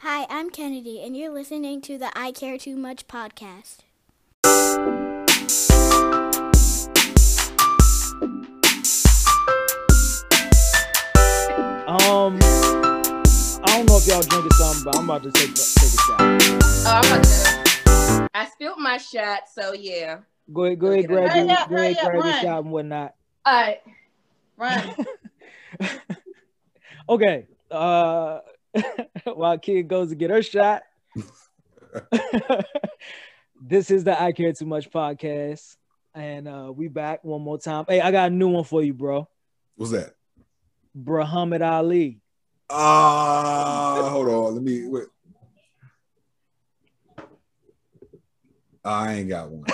Hi, I'm Kennedy, and you're listening to the I Care Too Much podcast. Um, I don't know if y'all drinking something, but I'm about to take, take a shot. Oh, I'm about to. Oh, I spilled my shot, so yeah. Go ahead, go ahead, Hurry grab your, up, go ahead, hurry up, grab your run. shot and whatnot. All right. Run. Okay. Uh, while Kid goes to get her shot. this is the I Care Too Much podcast, and uh, we back one more time. Hey, I got a new one for you, bro. What's that? Muhammad Ali. Ah, hold on. Let me. Wait. I ain't got one.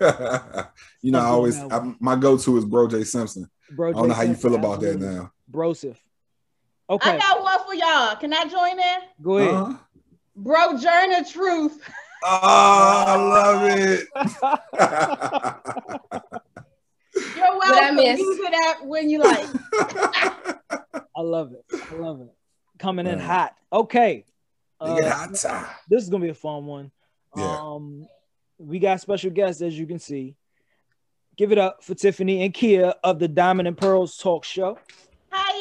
you know, I always I, my go-to is Bro J Simpson. Bro, I don't know Jay how you Simpson, feel about that absolutely. now. Broseph. I Okay, got one for y'all. Can I join in? go ahead. Huh? Bro, Journey Truth. Oh, I You're What I welcome. miss? Use it out when you like. love it. I love it. I love it. Coming in Right. hot. Okay. They get Uh, hot. This is gonna be a fun one. Yeah. Um, we got special guests as you can see. Give it up for Tiffany and Kia of the Diamond and Pearls Talk Show. Hi,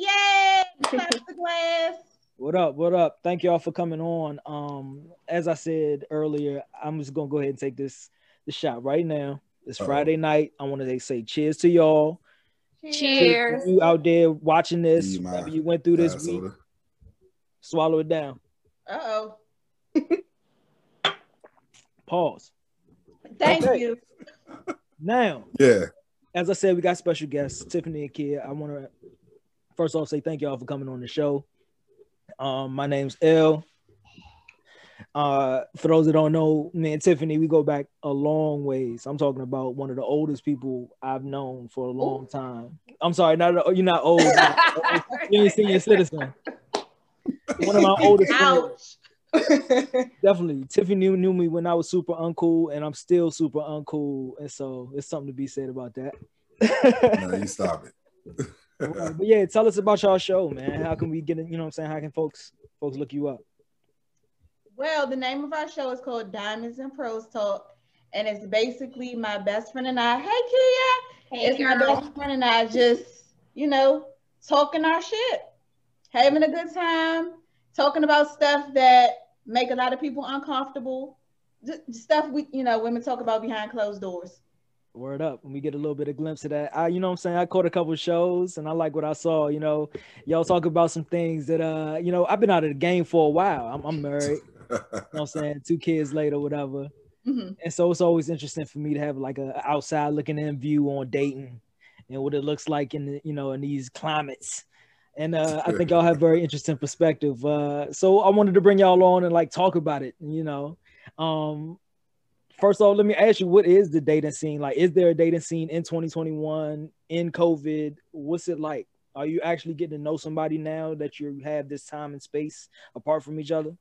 yay! Clap the glass. What up? What up? Thank y'all for coming on. Um, as I said earlier, I'm just gonna go ahead and take this the shot right now. It's Uh-oh. Friday night. I want to say cheers to y'all. Cheers. to you out there watching this. Be my Whatever you went through this Nah, week, soda. swallow it down. Uh oh. Pause. Thank Okay. you. Now, Yeah. as I said, we got special guests, Tiffany and Kia. I want to first off say thank y'all for coming on the show. Um, my name's L. Uh, for those that don't know, me and Tiffany, we go back a long ways. I'm talking about one of the oldest people I've known for a long time. I'm sorry, not you're not old. you ain't senior citizen. One of my oldest friends. Ouch. Definitely. Tiffany knew me when I was super uncool, and I'm still super uncool. And so it's something to be said about that. No, you stop it. Right, but yeah, tell us about y'all show, man. How can we get it? You know what I'm saying? How can folks folks look you up? Well, the name of our show is called Diamonds and Pros Talk. And it's basically my best friend and I. Hey, Kia. it's my best friend and I just, you know, talking our shit, having a good time, talking about stuff that make a lot of people uncomfortable. Th- Stuff we, you know, women talk about behind closed doors. Word up, and we get a little bit of glimpse of that. I, you know what I'm saying? I caught a couple shows, and I like what I saw. You know, y'all talk about some things that, uh, you know, I've been out of the game for a while. I'm, I'm married. You know what I'm saying? Two kids later, whatever. hmm And so it's always interesting for me to have like a outside looking in view on dating and what it looks like in the, you know in these climates. And uh, I think y'all have very interesting perspective. Uh, so I wanted to bring y'all on and like talk about it. You know, um, first off, let me ask you, what is the dating scene like? Is there a dating scene in 2021 in COVID? What's it like? Are you actually getting to know somebody now that you have this time and space apart from each other?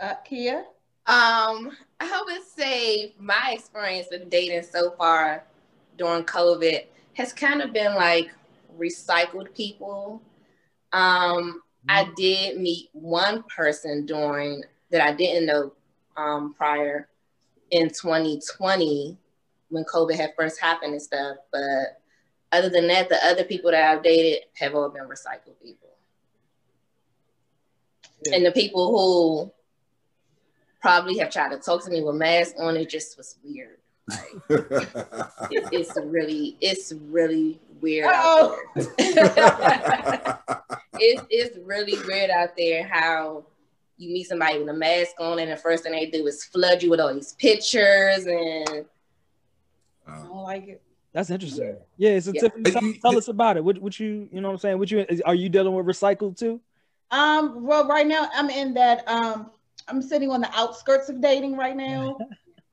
Uh, Kia, Um, I would say my experience with dating so far during COVID has kind of been like recycled people. Um, I did meet one person during that I didn't know um, prior in 2020 when COVID had first happened and stuff. But other than that, the other people that I've dated have all been recycled people. Yeah. And the people who probably have tried to talk to me with masks on, it just was weird. It, it's really, it's really weird out there. it, it's really weird out there how you meet somebody with a mask on and the first thing they do is flood you with all these pictures and I Uh, don't like it. That's interesting. Yeah, it's a Yeah. Tiffany. But Tell, you- tell us about it. What, what you you know what I'm saying? What you is- are you dealing with recycled too? Um, well, right now I'm in that. Um, I'm sitting on the outskirts of dating right now.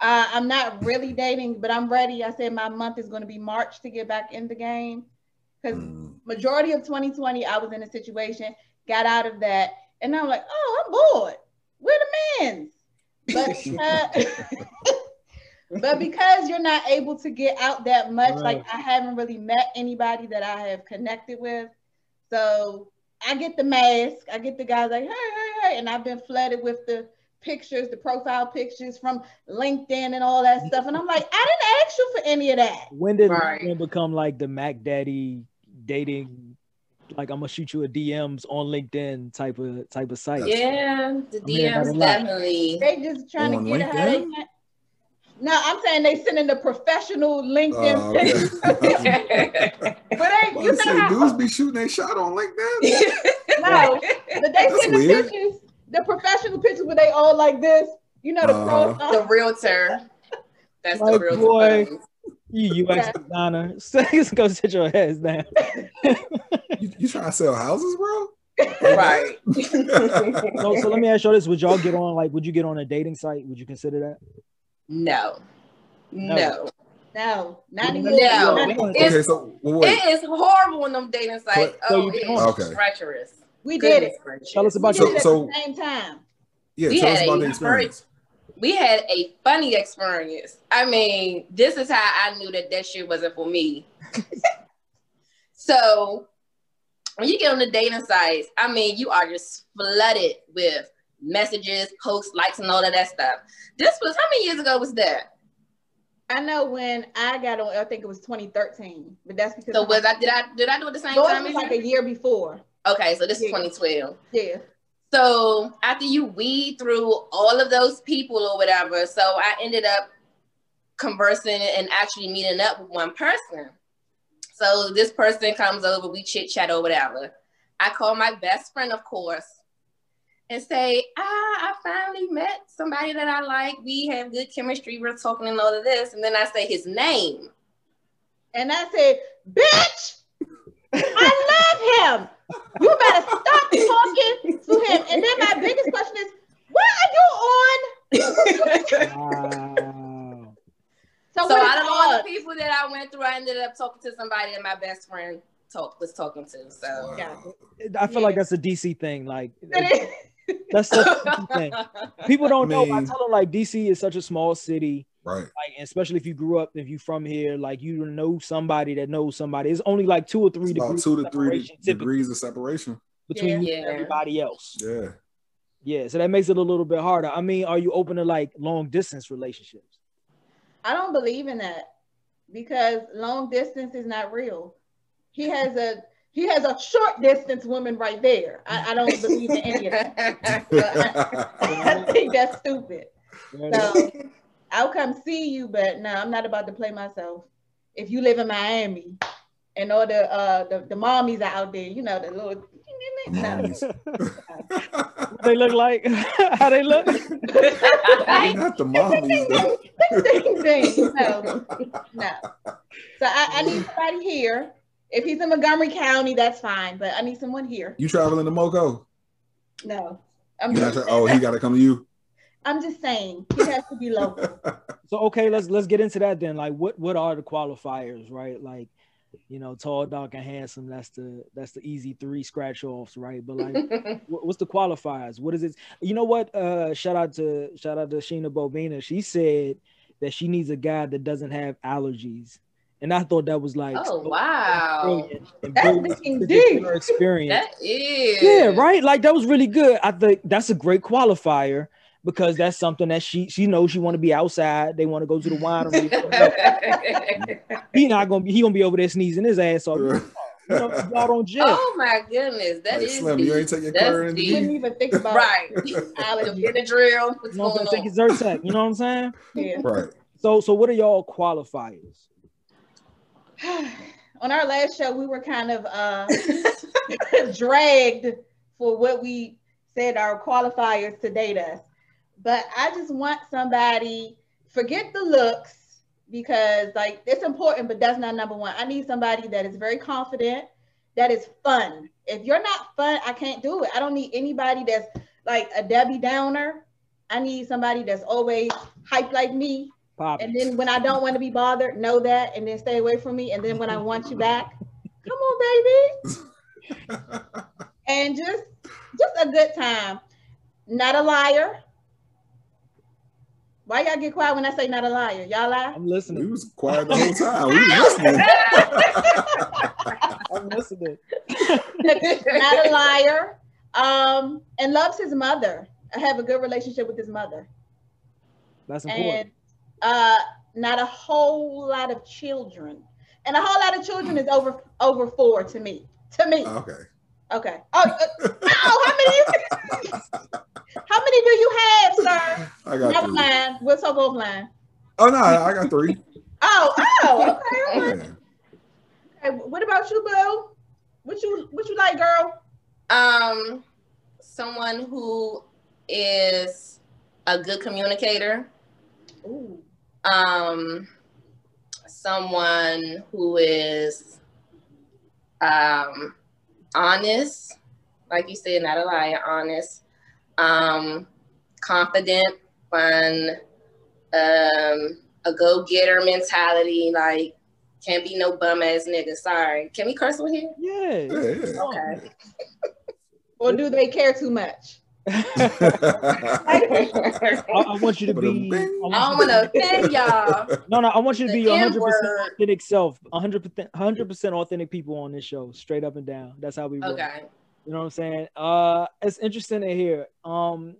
Uh, I'm not really dating, but I'm ready. I said my month is going to be March to get back in the game because Mm. majority of 2020 I was in a situation, got out of that, and I'm like, oh, I'm bored. Where the men's? But uh, but because you're not able to get out that much, like I haven't really met anybody that I have connected with. So I get the mask. I get the guys like, hey, hey, hey. And I've been flooded with the pictures, the profile pictures from LinkedIn and all that stuff. And I'm like, I didn't ask you for any of that. When did Right. LinkedIn become like the Mac Daddy dating? Like I'm gonna shoot you a DMs on LinkedIn type of type of site. Yeah, the I'm hearing about a DMs lot. definitely. They just trying On to get it how they LinkedIn? can. No, I'm saying they sending the professional LinkedIn Oh, pictures. okay. But they, Well, you you know say how, dudes be shooting their shot on LinkedIn. no, but they That's send the weird. pictures, the professional pictures where they all like this. You know the Uh-huh. cross. the realtor. That's My the realtor. boy. photos. You UX Yeah. designer, go sit your ass down. You, you trying to sell houses, bro? Right. So, so let me ask y'all this: Would y'all get on like? Would you get on a dating site? Would you consider that? No. No. No, not No. even. not even- It's- okay, so well, wait. It is horrible when them dating sites. So Oh, you it can- is Okay. treacherous. We did Goodness it. gracious. Tell us We about did it your. So- so- at the same time. yeah, we tell had us about a the experience. we had a funny experience. I mean, this is how I knew that that shit wasn't for me. so when you get on the dating sites, I mean, you are just flooded with messages, posts, likes, and all of that stuff. This was how many years ago was that? I know when I got on, I think it was 2013, but that's because So was I did I did I do it the same Yours time? was as like you? a year before. Okay, so this is 2012. Yeah. So after you weed through all of those people or whatever, so I ended up conversing and actually meeting up with one person. So this person comes over, we chit chat or whatever. I call my best friend, of course, and say, Ah, I finally met somebody that I like. We have good chemistry. We're talking and all of this. And then I say his name. And I said, bitch, I love him. You better stop talking to him. And then my biggest question is, what are you on? Wow. So, so what is out of all the ours? people that I went through, I ended up talking to somebody that my best friend talk, was talking to. So Wow. I feel like that's a DC thing. Like It that's such a DC thing. People don't I know. I mean- tell them like DC is such a small city. Right. Like especially if you grew up, if you from here, like you know somebody that knows somebody. It's only like two or three It's about degrees two to of three separation de- typically degrees of separation. between you and Yeah. everybody else. Yeah. Yeah, so that makes it a little bit harder. I mean, are you open to like long distance relationships? I don't believe in that because long distance is not real. He has a he has a short distance woman right there. I, I don't believe in any of that. I think that's stupid. So I'll come see you, but no, I'm not about to play myself. If you live in Miami and all the uh the, the mommies are out there, you know, the little no. Mommies. What they look like how they look. Not the mommies. though. Ding, ding. No, no. So I, I need somebody here. If he's in Montgomery County, that's fine, but I need someone here. You traveling to Moco? No. I'm You not just, tra- oh, he got to come to you. I'm just saying he has to be local. So okay, let's let's get into that then. Like, what what are the qualifiers, right? Like, you know, tall, dark, and handsome. That's the that's the easy three scratch offs, right? But like, what, what's the qualifiers? What is it? You know what? Uh, shout out to shout out to Sheena Bobina. She said that she needs a guy that doesn't have allergies, and I thought that was like oh so wow, brilliant and That's very thinking specific to deep. her experience. that is Yeah, right. Like that was really good. I think that's a great qualifier because that's something that she she knows she want to be outside. They want to go to the winery. he not gonna be he gonna be over there sneezing his ass off. You know, y'all don't jail. oh my goodness, that Like, is Slim, deep. you ain't take your That's Claritin deep. Wouldn't even think about right. The allergies. Benadryl, what's you know what I'm going saying? Take on? his Zyrtec. You know what I'm saying? Yeah. right. So so what are y'all qualifiers? On our last show, we were kind of uh, dragged for what we said our qualifiers to date us. But I just want somebody, forget the looks, because like it's important, but that's not number one. I need somebody that is very confident, that is fun. If you're not fun, I can't do it. I don't need anybody that's like a Debbie Downer. I need somebody that's always hype like me, Poppy. and then when I don't want to be bothered, know that, and then stay away from me. And then when I want you back, come on, baby. And just just a good time. Not a liar. Why y'all get quiet when I say not a liar? Y'all lie? I'm We listening. was quiet the whole time. We was listening. I'm listening. not a liar. Um, and loves his mother. I have a good relationship with his mother. That's important. And uh, not a whole lot of children. And a whole lot of children is over over four to me. To me. okay. Okay. Oh, uh, ow, how many? You, how many do you have, sir? I got Never three. mind. We'll talk offline. Oh no, I got three. Oh, oh, okay, okay. Yeah. okay. What about you, Boo? What you what you like, girl? Um, someone who is a good communicator. Ooh. Um, someone who is um honest, like you said, not a liar, honest. Um, confident, fun, um, a go-getter mentality. Like, can't be no bum ass nigga. Sorry, can we curse on here? Yeah. Yeah, yeah. Okay. Or do they care too much? I, I want you to be. I I want you don't want to, to offend y'all. no, no. I want you to be the 100 percent N-word. authentic self. 100 percent, 100 percent authentic people on this show, straight up and down. That's how we roll. Okay. You know what I'm saying? Uh, it's interesting to hear. Um,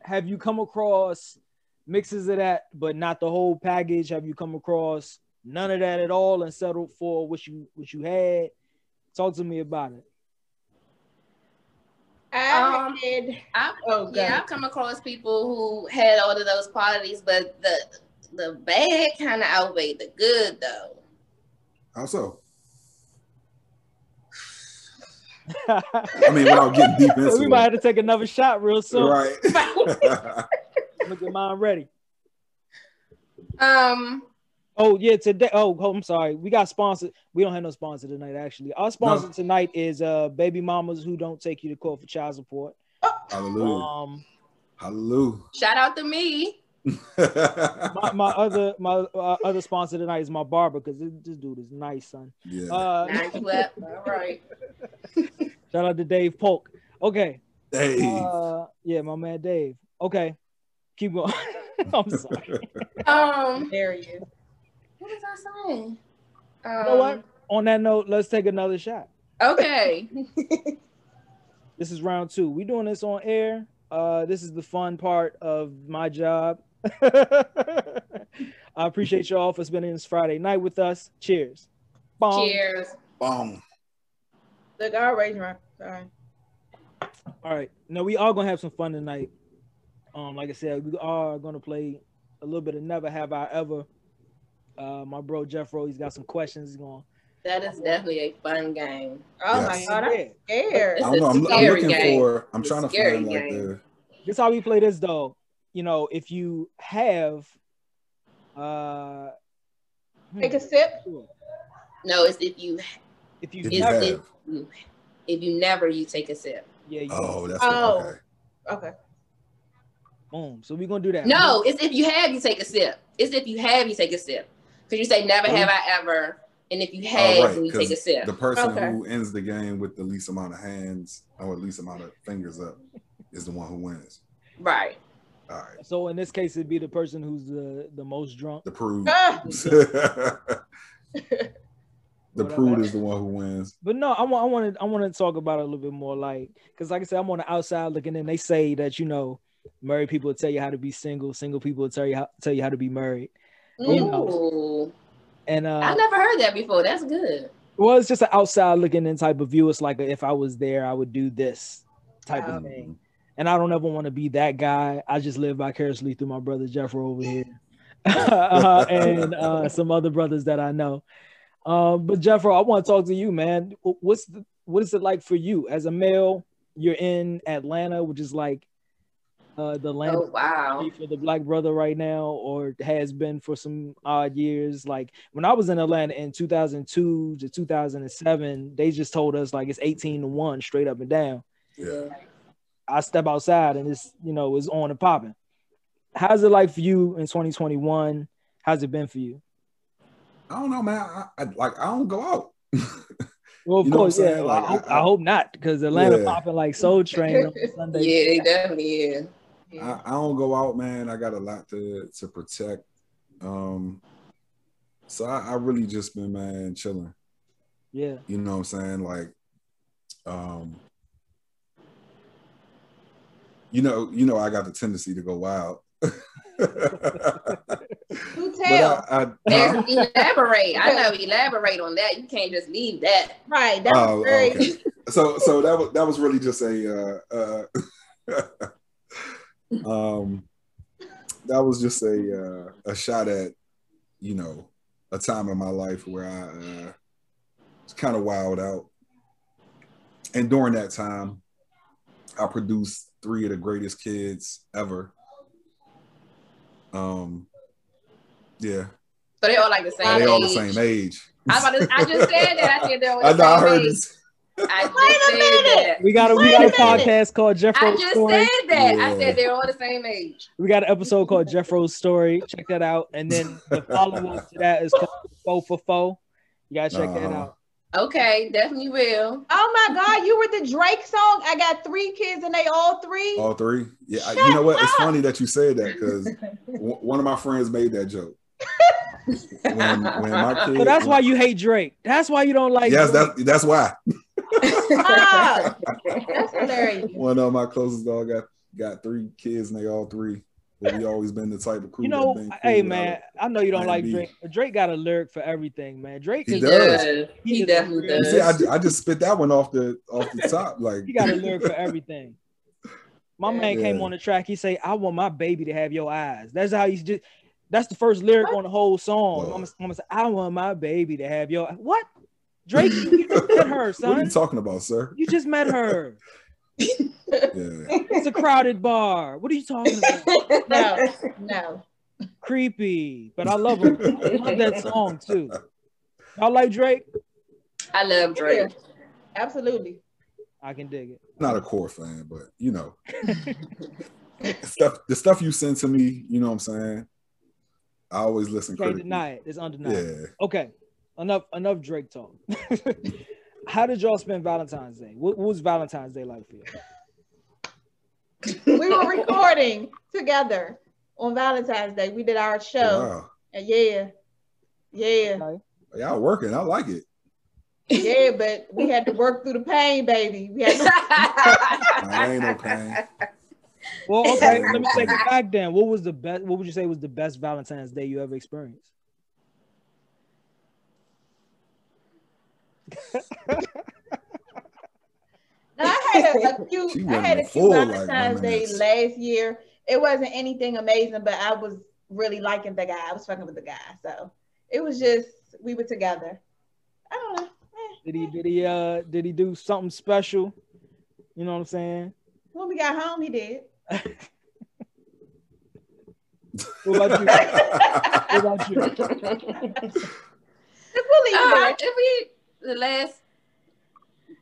have you come across mixes of that, but not the whole package? Have you come across none of that at all and settled for what you what you had? Talk to me about it. I Um, had, I- oh god. Yeah, I've come across people who had all of those qualities, but the the bad kind of outweighed the good, though. How so? I mean, without getting deep into we might have it, to take another shot real soon. right? Look at mine ready. Um, Oh yeah, today. Oh, oh, I'm sorry. We got sponsored. We don't have no sponsor tonight. Actually, our sponsor tonight is uh baby mamas who don't take you to court for child support. Hallelujah. Um, Hallelujah. shout out to me. my, my other my uh, other sponsor tonight is my barber because this, this dude is nice, son. yeah. Uh, Now you up. All right. shout out to Dave Polk. Okay. hey. Uh, yeah, my man Dave. Okay, keep going. I'm sorry. Um, There you. what was I saying? Um, know what? On that note, let's take another shot. Okay. This is round two. We doing this on air. Uh, this is the fun part of my job. I appreciate y'all for spending this Friday night with us. Cheers. Um, Bong. Cheers. Boom. Look, I already drunk. Sorry. All right. Now we are gonna have some fun tonight. Um, like I said, we are gonna play a little bit of Never Have I Ever. Uh, my bro Jeffro, he's got some questions. He's going. That is definitely a fun game. Oh Yes. my god, I'm Yeah. scared. I don't know. I'm, It's a I'm scary looking game. for. I'm It's trying to scary find like game. the. This is how we play this though. You know, if you have, uh, hmm, Take a sip. sure. No, it's if you if you If It's- you never, have. you- if you never you take a sip. yeah, you Oh, that's Oh. What, okay. Okay. boom. So we're gonna do that. No, it's if you have you take a sip. It's if you have you take a sip. Because you say never have I ever, and if you have Oh, right, then you take a 'cause sip. The person Okay. who ends the game with the least amount of hands or least amount of fingers up is the one who wins. Right. All right. So in this case, it'd be the person who's the the most drunk. The prude. Oh. Ah, the Whatever. prude is the one who wins. But no, I want I want to I want to talk about it a little bit more, like because like I said, I'm on the outside looking in. They say that you know, married people will tell you how to be single, single people will tell you how tell you how to be married, You know. Ooh. and I uh, never heard that before. That's good. well, it's just an outside looking in type of view. It's like a, if I was there, I would do this type Oh, Wow. of thing, and I don't ever want to be that guy. I just live vicariously through my brother Jeffro over here, uh, and uh, some other brothers that I know. Um, but Jeffro, I want to talk to you, man. Wh- What's the, what is it like for you as a male? You're in Atlanta, which is like uh, the land Oh wow. for the black brother right now, or has been for some odd years. Like when I was in Atlanta in 2002 to 2007, they just told us like it's 18 to one, straight up and down. Yeah. I step outside and it's you know it's on and popping. How's it like for you in 2021? How's it been for you? I don't know, man. I, I like. I don't go out. Well, of You know what I'm course, yeah. saying? well, I, Like, hope, I- I hope not because Atlanta Yeah. popping like Soul Train on Sunday. Yeah, it definitely is. I, I don't go out, man. I got a lot to to protect. Um, so I, I really just been man chilling. Yeah. You know what I'm saying? Like, um, you know, you know, I got the tendency to go wild. but uh, Who tell? I, I, There's huh? elaborate. I know elaborate on that. You can't just leave that. right. That was Oh, very okay. so so that was that was really just a uh, uh, um that was just a uh, a shot at you know a time in my life where I uh, was kind of wild out, and during that time, I produced three of the greatest kids ever. Um, yeah, So they're all like the same. they all the age. same age. I, was about to, I just said that. I said they're all the I know. I same heard age. this. I just Wait a said minute. that. We got a we Wait got a a minute. podcast called I Jeffro's just Story. said that. I Yeah. said they're all the same age. We got an episode called Jeffro's Story. Check that out. And then the follow up to that is called Four for Four. You gotta check that Uh-huh. out. Okay, definitely will. Oh my God, you were the Drake song. I got three kids and they all three. All three? Yeah. I, Shut you know what? It's funny that you said that because w- one of my friends made that joke. When, when my kid, So that's why you hate Drake. That's why you don't like. yes, Drake. that's that's why. Ah, that's hilarious. One of my closest dog got got three kids, and they all three. But we always been the type of crew. you that know. been cool hey without man, it. I know you don't Man, like me. Drake. but Drake got a lyric for everything, man. Drake He is does. He, definitely You You see, I, does. ju- I just spit that one off the off the top. Like he got a lyric for everything. My man came Yeah. on the track. He say, "I want my baby to have your eyes." That's how he's just. That's the first lyric on the whole song. Whoa. I'm gonna say, "I want my baby to have your what?" Drake, you just met her, what are son. you talking about, sir? You just met her. Yeah. It's a crowded bar. What are you talking about? No, no. Creepy, but I love him. I love that song too. Y'all like Drake? I love Drake. Absolutely. I can dig it. not a core fan, but you know, stuff the stuff you send to me, you know what I'm saying? I always listen Can't critically. deny it. It's undeniable. Yeah. Okay, enough enough Drake talk. How did y'all spend Valentine's Day? What, what was Valentine's Day like for you? We were recording together on Valentine's Day. We did our show. Wow. And Yeah. Yeah. Okay. Y'all working. I like it. Yeah, but we had to work through the pain, baby. We had to I ain't no pain. Well, okay, let me take it back then. What was the best? What would you say was the best Valentine's Day you ever experienced? Now, I had a, She a cute, I went had a in cute full, like, Valentine's Day reminisce. last year. It wasn't anything amazing, but I was really liking the guy. I was fucking with the guy, so it was just we were together. I don't know. Eh, Did he did he uh did he do something special? You know what I'm saying? When we got home, he did. What about you? What about you? The bully, Uh, right? if we the last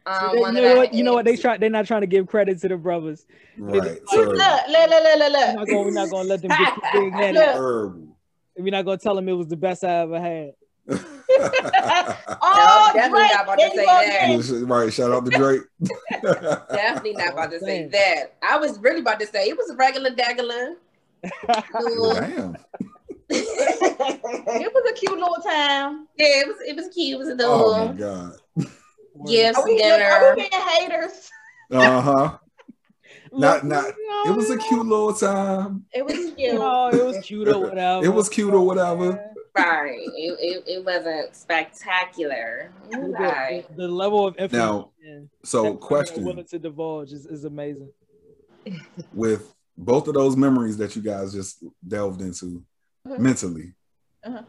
um, They- one you that know I what? You know had- what? They try. They're not trying to give credit to the brothers. right. look, Terrible. look, look, look, We're look, not gonna, we're not gonna let them get too big headed. look. Terrible. We're not gonna tell them it was the best I ever had. Oh, definitely Drake, not about to there you say go that. again. right. Shout out to Drake. Definitely not about to say Damn. that. I was really about to say it was a regular daggler. yeah, Damn. It was a cute little time. it was it was cute. It was adorable. Oh my god. Gifts, Are we, being, are dinner. we being haters? Uh huh. Not- Look, not- no, It was a cute little time. It was cute. No, Oh, it was cute or whatever. It was cute or whatever. Right. It, it, it wasn't spectacular. It was The, alright. the level of information Now, that So women are question willing to divulge is, is amazing. with both of those memories that you guys just delved into Uh-huh. mentally. Uh-huh.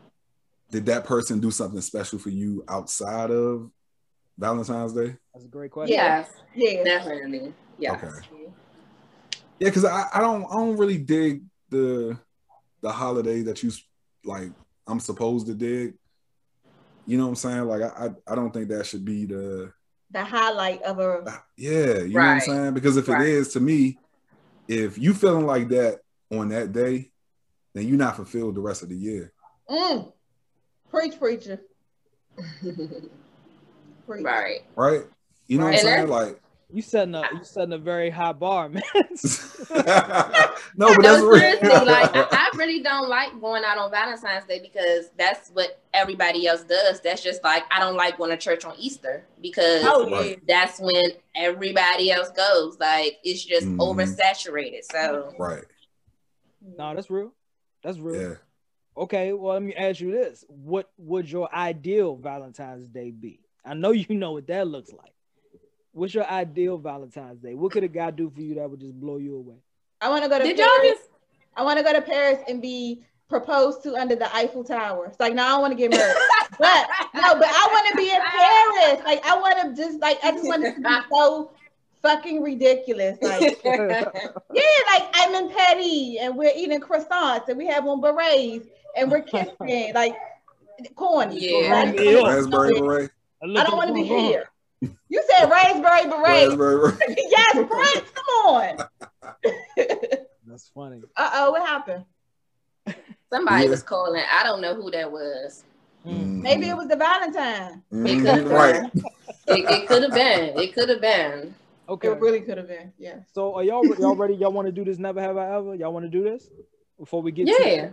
Did that person do something special for you outside of Valentine's Day? That's a great question. Yes, Yeah. definitely. Yes. Yeah, because I, I don't I don't really dig the the holiday that you s- like I'm supposed to dig. You know what I'm saying? Like I I, I don't think that should be the The highlight of a yeah, you know what I'm Right. saying? Because if Right. it is to me, if you feeling like that on that day, then you're not fulfilled the rest of the year. mm. preach preacher. Preach. right. right? You know what Right. I'm saying? Like, You setting a you setting a very high bar, man. no, but that's no, real. seriously, like I, I really don't like going out on Valentine's Day because that's what everybody else does. That's just like I don't like going to church on Easter because Oh yeah. Right. that's when everybody else goes. Like it's just Mhm. oversaturated. So right. no, that's real. That's real. Yeah. Okay, well let me ask you this: What would your ideal Valentine's Day be? I know you know what that looks like. What's your ideal Valentine's Day? What could a guy do for you that would just blow you away? I want to go to did y'all Paris. just I want to go to Paris and be proposed to under the Eiffel Tower. It's like, no, I don't want to get married. but no, but I want to be in Paris. Like, I want to just like I just want it to be so fucking ridiculous. Like, yeah, like I'm in Patty and we're eating croissants and we have on berets and we're kissing like corny. Yeah. Like, Ew. Raspberry beret. I don't want to be here. You said raspberry beret. Raspberry beret. yes, Prince, come on. That's funny. Uh oh, what happened? somebody Yeah. was calling. I don't know who that was. Mm. Maybe it was the Valentine. It Mhm, could have right. been. It, it could have been. It could have been. Okay. It really could have been. Yeah. So are y'all y'all ready? Y'all want to do this? Never have I ever. Y'all want to do this before we get to Yeah,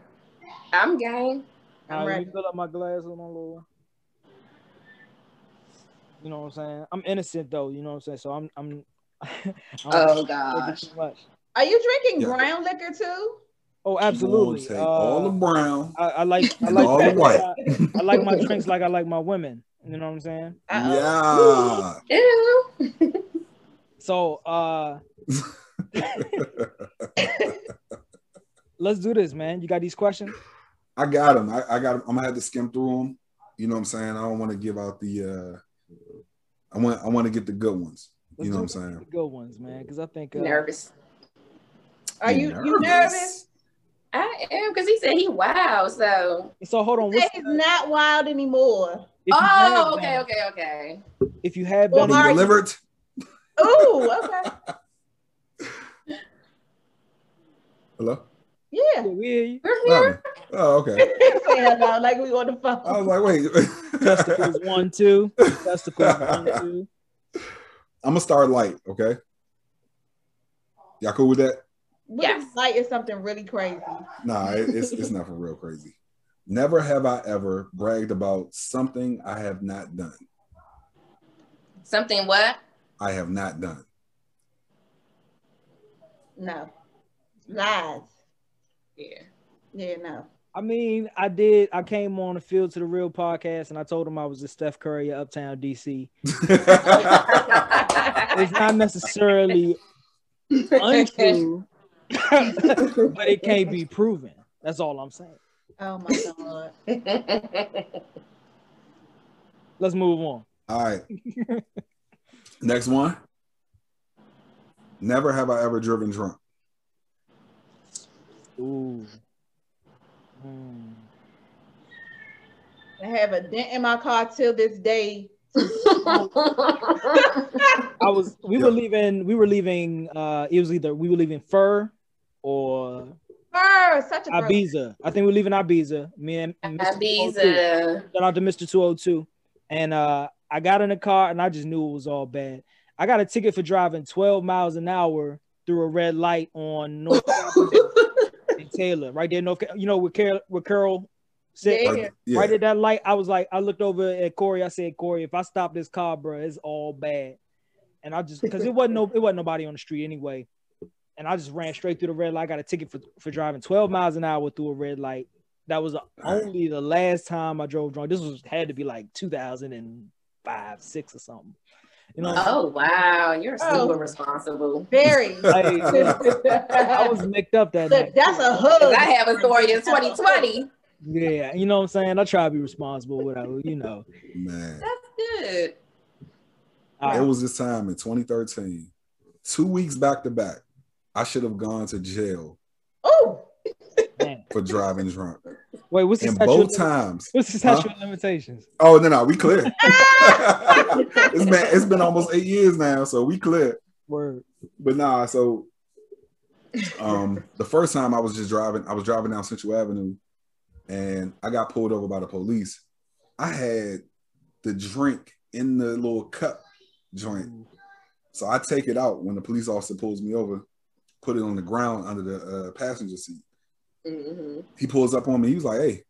I'm game. All right, let I'm ready. me fill up my glass with my little. You know what I'm saying? I'm innocent though. You know what I'm saying? So I'm I'm. I don't Oh drink gosh. too much. Are you drinking Yeah. brown liquor too? Oh, We'll absolutely. take Uh, all the brown. I, I like I and like all the that. white. I, I like my drinks like I like my women. You know what I'm saying? Yeah. Ew. So uh, let's do this, man. You got these questions? I got him. I, I got him. I'm gonna have to skim through them. You know what I'm saying? I don't want to give out the. uh I want. I want to get the good ones. Let's you know do what I'm saying? the Good ones, man. Because I think uh, Nervous. Are you you nervous? I am because he said he wow. So so. Hold on. Say What's, he's not wild anymore. if you have oh, okay, been- okay, okay. If you have Well, been, Been Are you- Oh, delivered. Ooh, okay. Hello. Yeah. yeah, we hear you. We're What here. happened? Oh, okay. Say hello like we on the I was phone. like, Testicles wait. one two. Testicles one two. I'm gonna start light. Okay. Y'all cool with that? What if Yes. Light is something really crazy. Nah, it- it's it's nothing real crazy. Never have I ever bragged about something I have not done. Something what? I have not done. No. Lies. Yeah. Yeah, no. I mean, I did. I came on the field to the real podcast, and I told him I was the Steph Curry of Uptown DC. It's not necessarily untrue, but it can't be proven. That's all I'm saying. Oh my god. Let's move on. All right. Next one. Never have I ever driven drunk. Ooh. Hmm. I have a dent in my car till this day. I was. We were leaving. We were leaving. Uh, it was either we were leaving Fur or Her, such a girl. Ibiza. I think we're leaving Ibiza. Me and and Mr. 202. Ibiza. Shout out to Mr. 202. And uh, I got in the car and I just knew it was all bad. I got a ticket for driving 12 miles an hour through a red light on North and Taylor, right there, North, Ca- you know, where Carol, where Carol sit. Yeah. Like, yeah. Right at that light, I was like, I looked over at Corey. I said, Corey, if I stop this car, bro, it's all bad. And I just because it wasn't no, it wasn't nobody on the street anyway. And I just ran straight through the red light. I got a ticket for, for driving 12 miles an hour through a red light. That was the- Right. only the last time I drove drunk. This was had to be like 2005, six or something. You know, what I'm Oh wow, you're Oh. super responsible. Very. saying? Like, I was nicked up that Look, night. that's a 'Cause hood. I have a story in 2020. Yeah, you know what I'm saying. I try to be responsible, whatever. You know, Man. That's good. All It right. was this time in 2013, two weeks back to back. I should have gone to jail Oh, for driving drunk. wait, what's the And statute? of both lim- times. What's the statute of limitations? Oh no, no, we clear. it's been it's been almost eight years now, so we clear. Word. But nah, so um the first time I was just driving, I was driving down Central Avenue and I got pulled over by the police. I had the drink in the little cup joint So I take it out when the police officer pulls me over, put it on the ground under the uh, passenger seat. Mm-hmm. He pulls up on me. He was like, "Hey,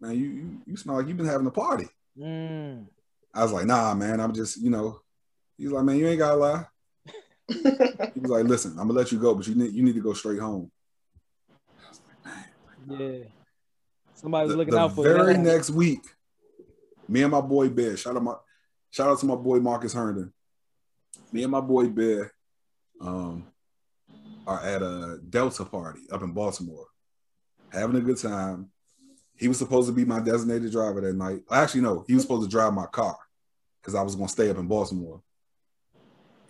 man, you you, you smell like you've been having a party." Mm. I was like, "Nah, man, I'm just you know." He's like, "Man, you ain't gotta lie." He was like, "Listen, I'm gonna let you go, but you need you need to go straight home." Yeah. Somebody was The, looking the out for very that. next week, me and my boy Bear, shout out my shout out to my boy Marcus Herndon. Me and my boy Bear um, are at a Delta party up in Baltimore, having a good time. He was supposed to be my designated driver that night. Actually, no, he was supposed to drive my car because I was gonna stay up in Baltimore.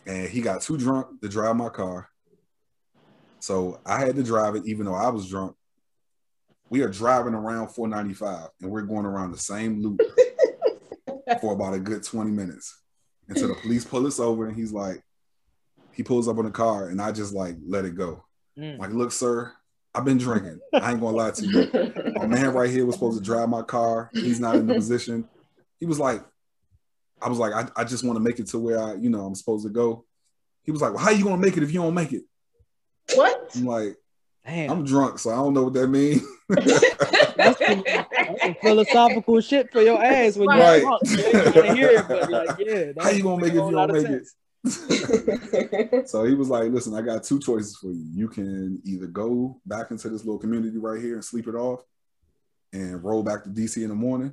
And he got too drunk to drive my car. So I had to drive it, even though I was drunk we are driving around 495 and we're going around the same loop for about a good 20 minutes until the police pull us over and he's like he pulls up on the car and i just like let it go Mm. like look sir i've been drinking i ain't gonna lie to you my man right here was supposed to drive my car he's not in the position he was like i was like i, I just want to make it to where i you know i'm supposed to go he was like well how you gonna make it if you don't make it What? i'm like Damn. i'm drunk so i don't know what that means That's some philosophical shit for your ass when Right. you're drunk. You ain't trying to hear it, but like, yeah. that How you gonna makes make a it whole if you lot don't of make it? so he was like, "Listen, I got two choices for you. You can either go back into this little community right here and sleep it off, and roll back to DC in the morning,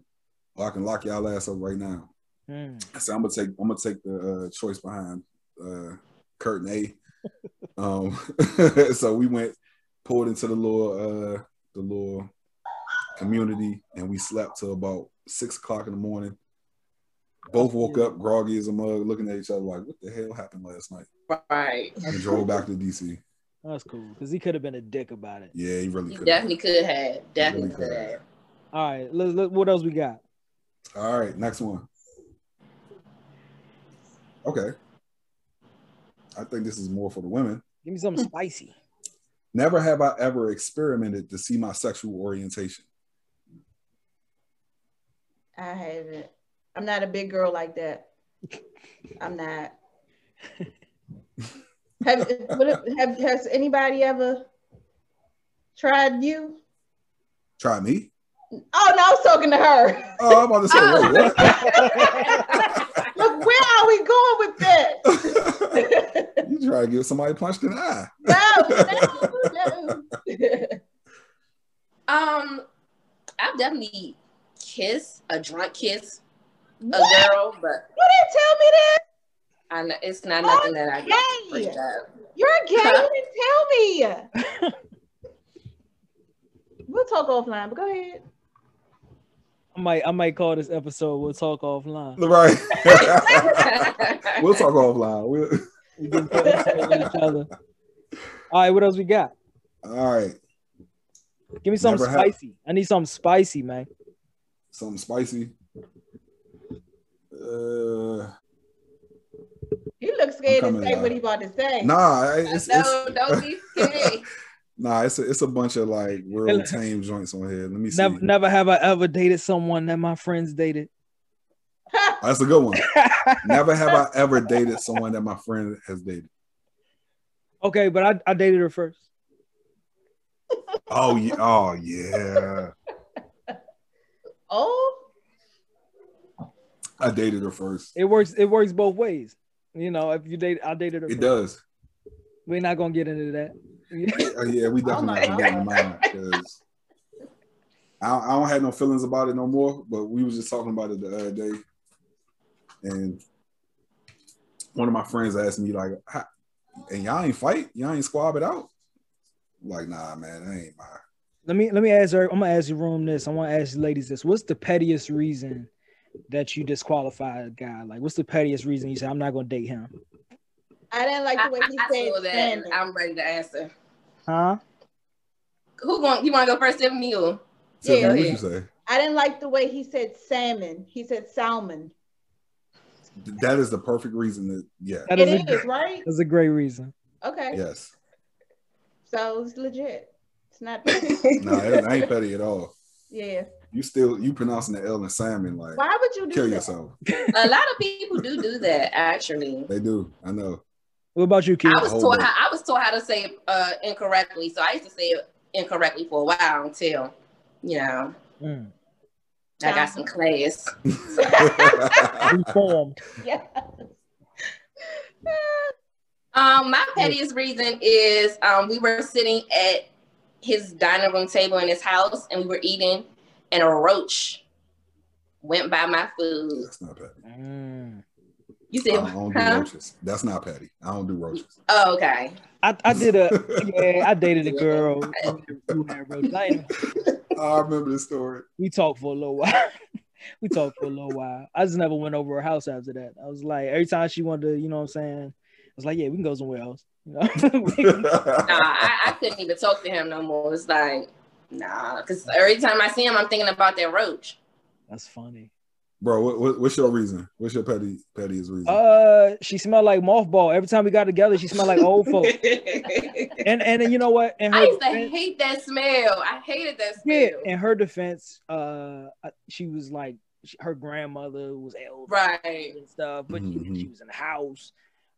or I can lock y'all ass up right now." sense. I said, "I'm gonna take, I'm gonna take the uh, choice behind uh, curtain A." um, so we went, pulled into the little, uh, the little community, and we slept till about six o'clock in the morning. Both woke up groggy as a mug, looking at each other like, "What the hell happened last night?" right. and drove back to DC. That's cool because he could have been a dick about it. Yeah, he really You could. definitely could have. Definitely Really could could. have. All right, let's, let, what else we got? All right, next one. Okay. I think this is more for the women. Give me something spicy. Never have I ever experimented to see my sexual orientation. I haven't. I'm not a big girl like that. I'm not. have, what, have has anybody ever tried you? Try me. Oh no, I was talking to her. Oh, I'm about to say, wait, Look, where are we going with that? what? no, you try to give somebody punched in the eye. no, no. Um, I've definitely kissed a drunk kiss a what? girl, but You didn't tell me that. I know, it's not nothing that I can bring Okay. up. You're gay. You didn't tell me. we'll talk offline, but go ahead. I might I might call this episode "We'll Talk Offline." Right. we'll talk offline. We'll... We get into with each other. All right, what else we got? All right. Give me something Never had- spicy. I need something spicy, man. Something spicy. Uh, He looks scared I'm to coming say out. what he about to say. nah, I- it's, no, it's- don't be scared. Nah, it's a, it's a bunch of like real tame joints on here. Let me see. Never, never have I ever dated someone that my friends dated. Oh, that's a good one. never have I ever dated someone that my friend has dated. okay, but I, I dated her first. Oh yeah, oh yeah. oh, I dated her first. It works. It works both ways. You know, if you date, I dated her. first. It does. We're not gonna get into that. Oh, yeah, we definitely Oh, not my gonna get mine because I, don't- I don't have no feelings about it no more. But we was just talking about it the other day, and one of my friends asked me like, "How- "And y'all ain't fight? Y'all ain't squab it out?" I'm like, nah, man, that ain't mine. let me let me ask her. I'm gonna ask you room this. I want to ask you ladies this. What's the pettiest reason that you disqualify a guy? Like, what's the pettiest reason you say I'm not gonna date him? I didn't like I, the way he I- I saw said that and standing. I'm ready to answer. Huh? Who going you wanna go first, Tiffany or Tiffany, Yeah. what you say? I didn't like the way he said salmon. He said salmon. That is the perfect reason that yeah. That It is, a, is, right? that's a great reason. Okay. Yes. So it's legit. It's not. No, it ain't petty at all. yeah. You still you pronouncing the L and salmon like Why would you do kill that? yourself. a lot of people do do that actually. They do. I know. What about you, Keith? I was hold taught up. how, I was taught how to say it, uh, incorrectly, so I used to say it incorrectly for a while until, you know, Mm. I got some class. Reformed. Yeah. Um, my pettiest reason is um, we were sitting at his dining room table in his house, and we were eating, and a roach went by my food. That's not petty. Mm. You I said, don't, I Oh, don't do huh? roaches. That's not petty. I don't do roaches. Oh, okay. I, I did a yeah. I dated a girl who had roaches. I ain't- I remember the story. we talked for a little while. we talked for a little while. I just never went over her house after that. I was like, every time she wanted to, you know what I'm saying? I was like, yeah, we can go somewhere else. You know? Nah, I, I couldn't even talk to him no more. It's like, nah, because every time I see him, I'm thinking about that roach. That's funny. Bro, what, what, what's your reason? What's your petty pettiest reason? Uh, she smelled like mothball. Every time we got together, she smelled like old folks. And and then you know what? In I her used to defense, hate that smell. I hated that yeah, smell. in her defense, uh, I- she was like she- her grandmother was elderly Right. and stuff, but she- Mhm. she was in the house.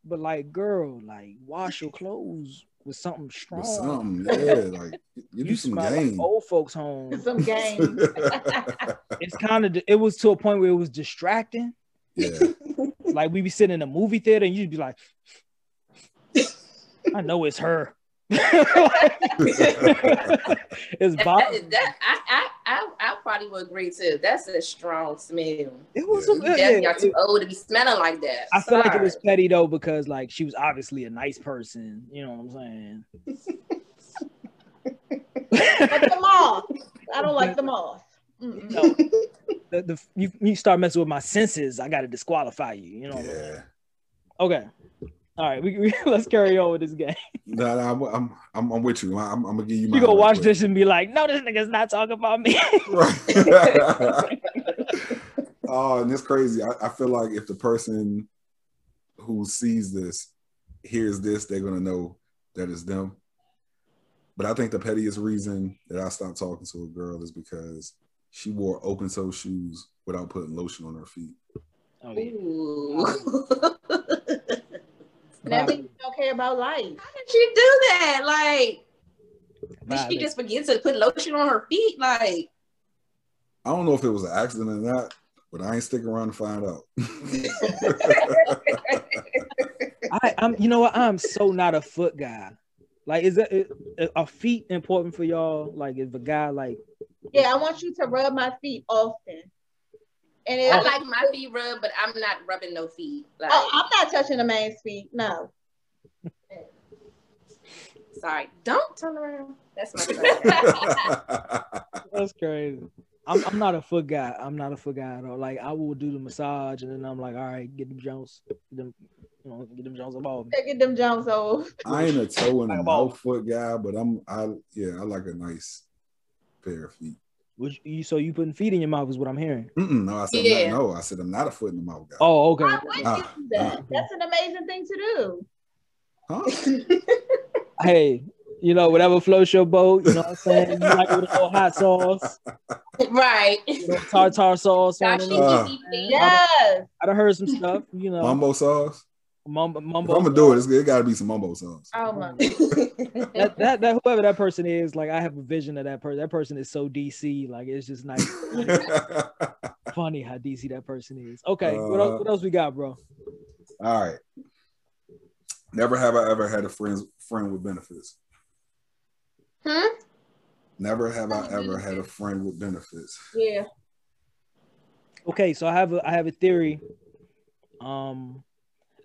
But like, girl, like wash your clothes with something strong. Or something. Yeah, like you do you some smell game. like old folks home. Some game. It's kind of it was to a point where it was distracting. yeah. Like we be sitting in a movie theater and you'd be like, I know it's her. it's That, Bob. that, that- I, I, I, I probably would agree too. That's a strong smell. It was Yeah. a You good. definitely yeah, are too it- old to be smelling like that. I feel like it Sorry. was petty though because like she was obviously a nice person. You know what I'm saying? But the moth. I don't like the moth. Mm-mm. no, the, the, you, you start messing with my senses, I got to disqualify you. You know. what I'm saying? yeah. Okay. All right, we, we let's carry on with this game. No, no, I'm, I'm, I'm, I'm with you. I'm, I'm gonna give you. You mine go real watch quick. this and be like, no, this nigga's not talking about me. Right. oh, and it's crazy. I, I feel like if the person who sees this hears this, they're gonna know that it's them. But I think the pettiest reason that I stopped talking to a girl is because she wore open toe shoes without putting lotion on her feet. Oh, yeah. Ooh. Never even okay about life. How did she do that? Like, did she Violent. just forget to put lotion on her feet? Like, I don't know if it was an accident or not, but I ain't sticking around to find out. I, I'm, you know what? I'm so not a foot guy. Like, is that is- are feet important for y'all? Like, if a guy like, Yeah, I want you to rub my feet often. And it, Oh. I like my feet rubbed, but I'm not rubbing no feet. Like, oh, I'm not touching the man's feet. No. sorry, don't turn around. That's my friend. that's crazy. I'm, I'm not a foot guy. I'm not a foot guy at all. Like, I will do the massage, and then I'm like, all right, get them Jones, get them, you know, get them Jones involved. Take it them Jones old. I ain't a toe and a Like a ball. mouth foot guy, but I'm I yeah, I like a nice pair of feet. Which you, so you putting feet in your mouth is what I'm hearing. Mm-mm, no, I said Yeah. no. I said I'm not a foot in the mouth guy. Oh, okay. Why would you Ah, do that? That's an amazing thing to do. Huh? Hey, you know, whatever floats your boat. You know what I'm saying? You like it with a little hot sauce, right. you know, tartar sauce. On it. Uh, Dashiki Mm-hmm. feet. Yes. I done heard some stuff. You know, Mumbo sauce. mumbo, If mumbo I'm gonna do it, it's, it gotta be some mumbo sauce. Oh my that, that that whoever that person is, like I have a vision of that person. That person is so DC. Like it's just nice, funny how DC that person is. Okay, what, Uh, else, what else we got, bro? All right. Never have I ever had a friend friend with benefits. Hmm? Never have I ever had a friend with benefits. Yeah. Okay, so I have a I have a theory. Um,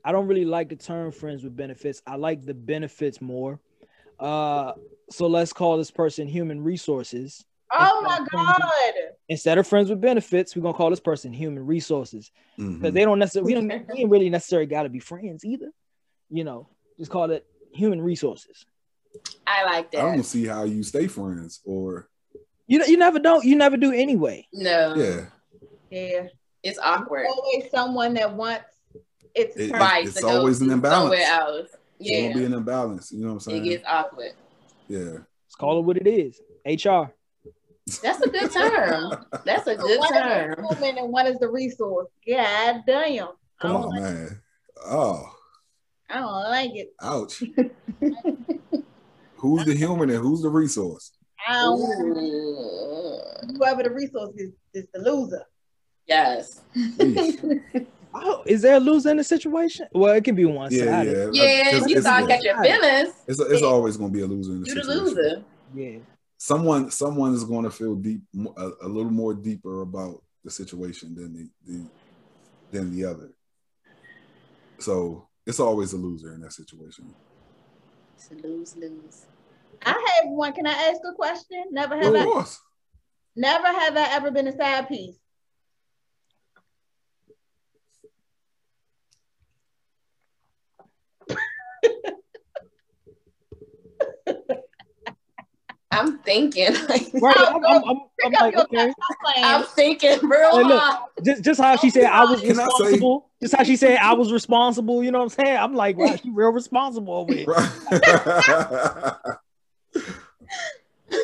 I don't really like the term friends with benefits. I like the benefits more. Uh, so let's call this person human resources Oh my God. instead of friends with benefits. We're gonna call this person human resources. because Mhm. they don't necessarily we don't we ain't really necessarily got to be friends either. You know, just call it human resources. I like I don't that. see how you stay friends or You you never don't you never do anyway. No, yeah. Yeah. it's awkward. Always someone that wants it's It- perfect. Right. it's to go always an imbalance. Somewhere else. It's gonna Yeah. be an imbalance. You know what I'm It saying? gets awkward. Yeah. Let's call it what it is. HR. That's a good term. That's a good one is term. the woman and one is the resource. God damn. I Come don't on, like- man. Oh, I don't like it. ouch. who's the human and who's the resource? I don't like it. Ooh. Whoever the resource is, is the loser. Yes. Eesh. Oh, is there a loser in the situation? Well, it can be one yeah, sided. yeah. Yeah, It's- you it's- thought I got your feelings. It's, it's always going to be a loser in the You the situation. loser. Yeah. someone someone is going to feel deep mo- a, a little more deeper about the situation than the, the than the other so it's always a loser in that situation It's a lose lose. I have one. Can I ask a question? Never have of I course never have I ever been a side piece. I'm thinking. Right. I'm, I'm, I'm, I'm like, okay. I'm Playing. thinking real Hey, look. hard. Just, just how she said I was Can I say- responsible. just how she said I was responsible. You know what I'm saying? I'm like, wow, she real responsible over here. Right.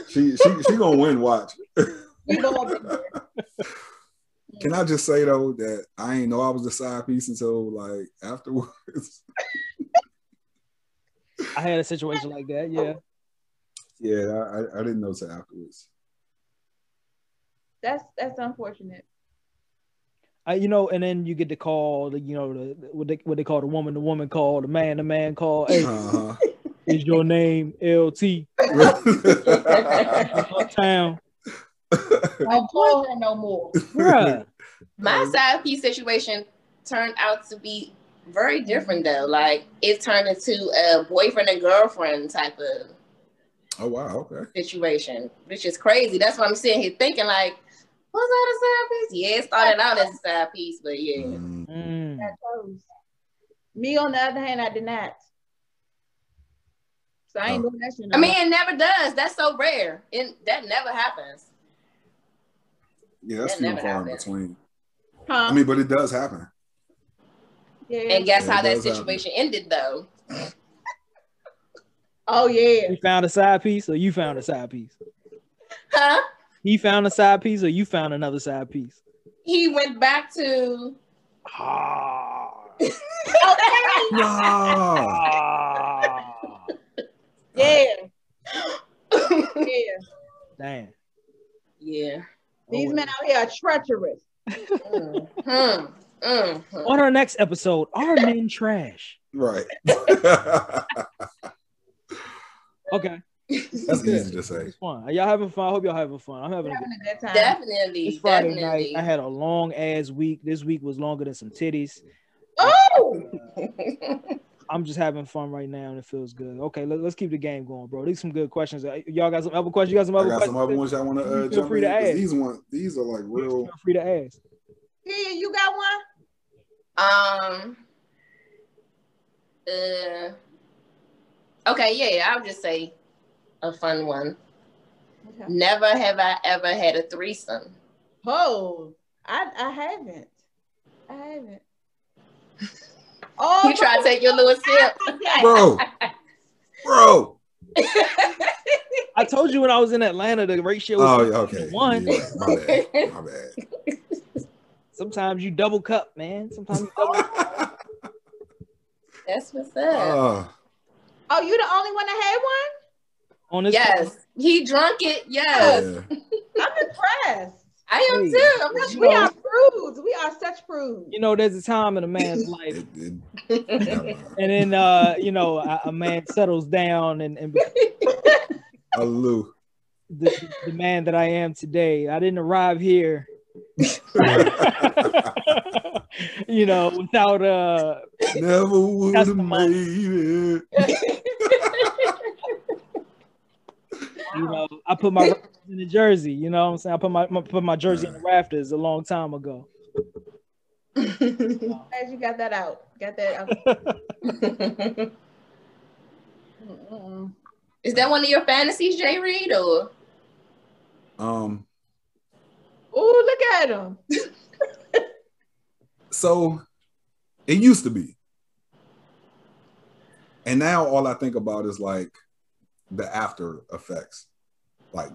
she she she gonna win watch We going can i just say though that i ain't know i was the side piece until like afterwards I had a situation like that. Yeah. yeah i i, I didn't know till afterwards that's that's unfortunate. I, you know, and then you get the call, the, you know, the, what they what they call the woman, the woman call, the man, the man call. Hey, uh-huh. is your name LT Uptown? Don't call her no more. Bruh. My Um, side piece situation turned out to be very different though. Like it turned into a boyfriend and girlfriend type of oh wow okay situation, which is crazy. That's why I'm sitting here thinking like, was that a side piece? Yeah, it started out as a side piece, but yeah. Mm. Mm. I chose. Me on the other hand, I did not. So I ain't Oh. doing that shit. no I mean, more. it never does. That's so rare. It, that never happens. Yeah, that's That few and never far in happens. between. Huh? I mean, but it does happen. yeah. And guess Yeah, how it that does happen. situation ended though. oh yeah. He found a side piece, or you found a side piece. Huh? He found a side piece, or you found another side piece. He went back to Ah. No. Ah. Yeah. Yeah. Damn. Yeah. These men out here are treacherous. Mm, mm, mm, mm. On our next episode, are men trash? Right. Okay, that's easy to say. it's fun. Are y'all having fun? I hope y'all having fun. I'm having a We're good having a good time. Definitely. It's Friday definitely. night. I had a long ass week. This week was longer than some titties. oh, I'm just having fun right now and it feels good. Okay, let, us keep the game going, bro. These some good questions. Uh, Y'all got some other questions? You got some I other got questions? some other ones y'all want to uh, Feel jump free in. to 'Cause ask. These one, these are like real. Feel free to ask. yeah, you got one? Um. Uh. Okay. Yeah. I'll just say a fun one. Okay. Never have I ever had a threesome. Oh, I I haven't. I haven't. Oh, You try to take your little sip. Bro, bro. I told you when I was in Atlanta, the ratio Oh, was yeah, okay. One. Yeah, my bad. My bad. sometimes you double cup, man. Sometimes you double That's what's up. Ah, oh, you the only one that on this. yes. He drunk it. Yes. yeah. had one? I'm impressed. I am Hey. too. I'm not You We know- are prudes. We are such prudes. You know, there's a time in a man's life, It, it, never mind. and then uh, you know, a, a man settles down and, and A Lou. the, the man that I am today. I didn't arrive here, you know, without uh Never would That's have the made month. it. You know, I put my rafters in the jersey. You know what I'm saying? I put my, my put my jersey in the rafters a long time ago. Glad you got that out. Got that um, out. Mm-mm. Is that one of your fantasies, Jay Reed, or Um, Ooh, look at him. So it used to be. And now all I think about is like the after effects, like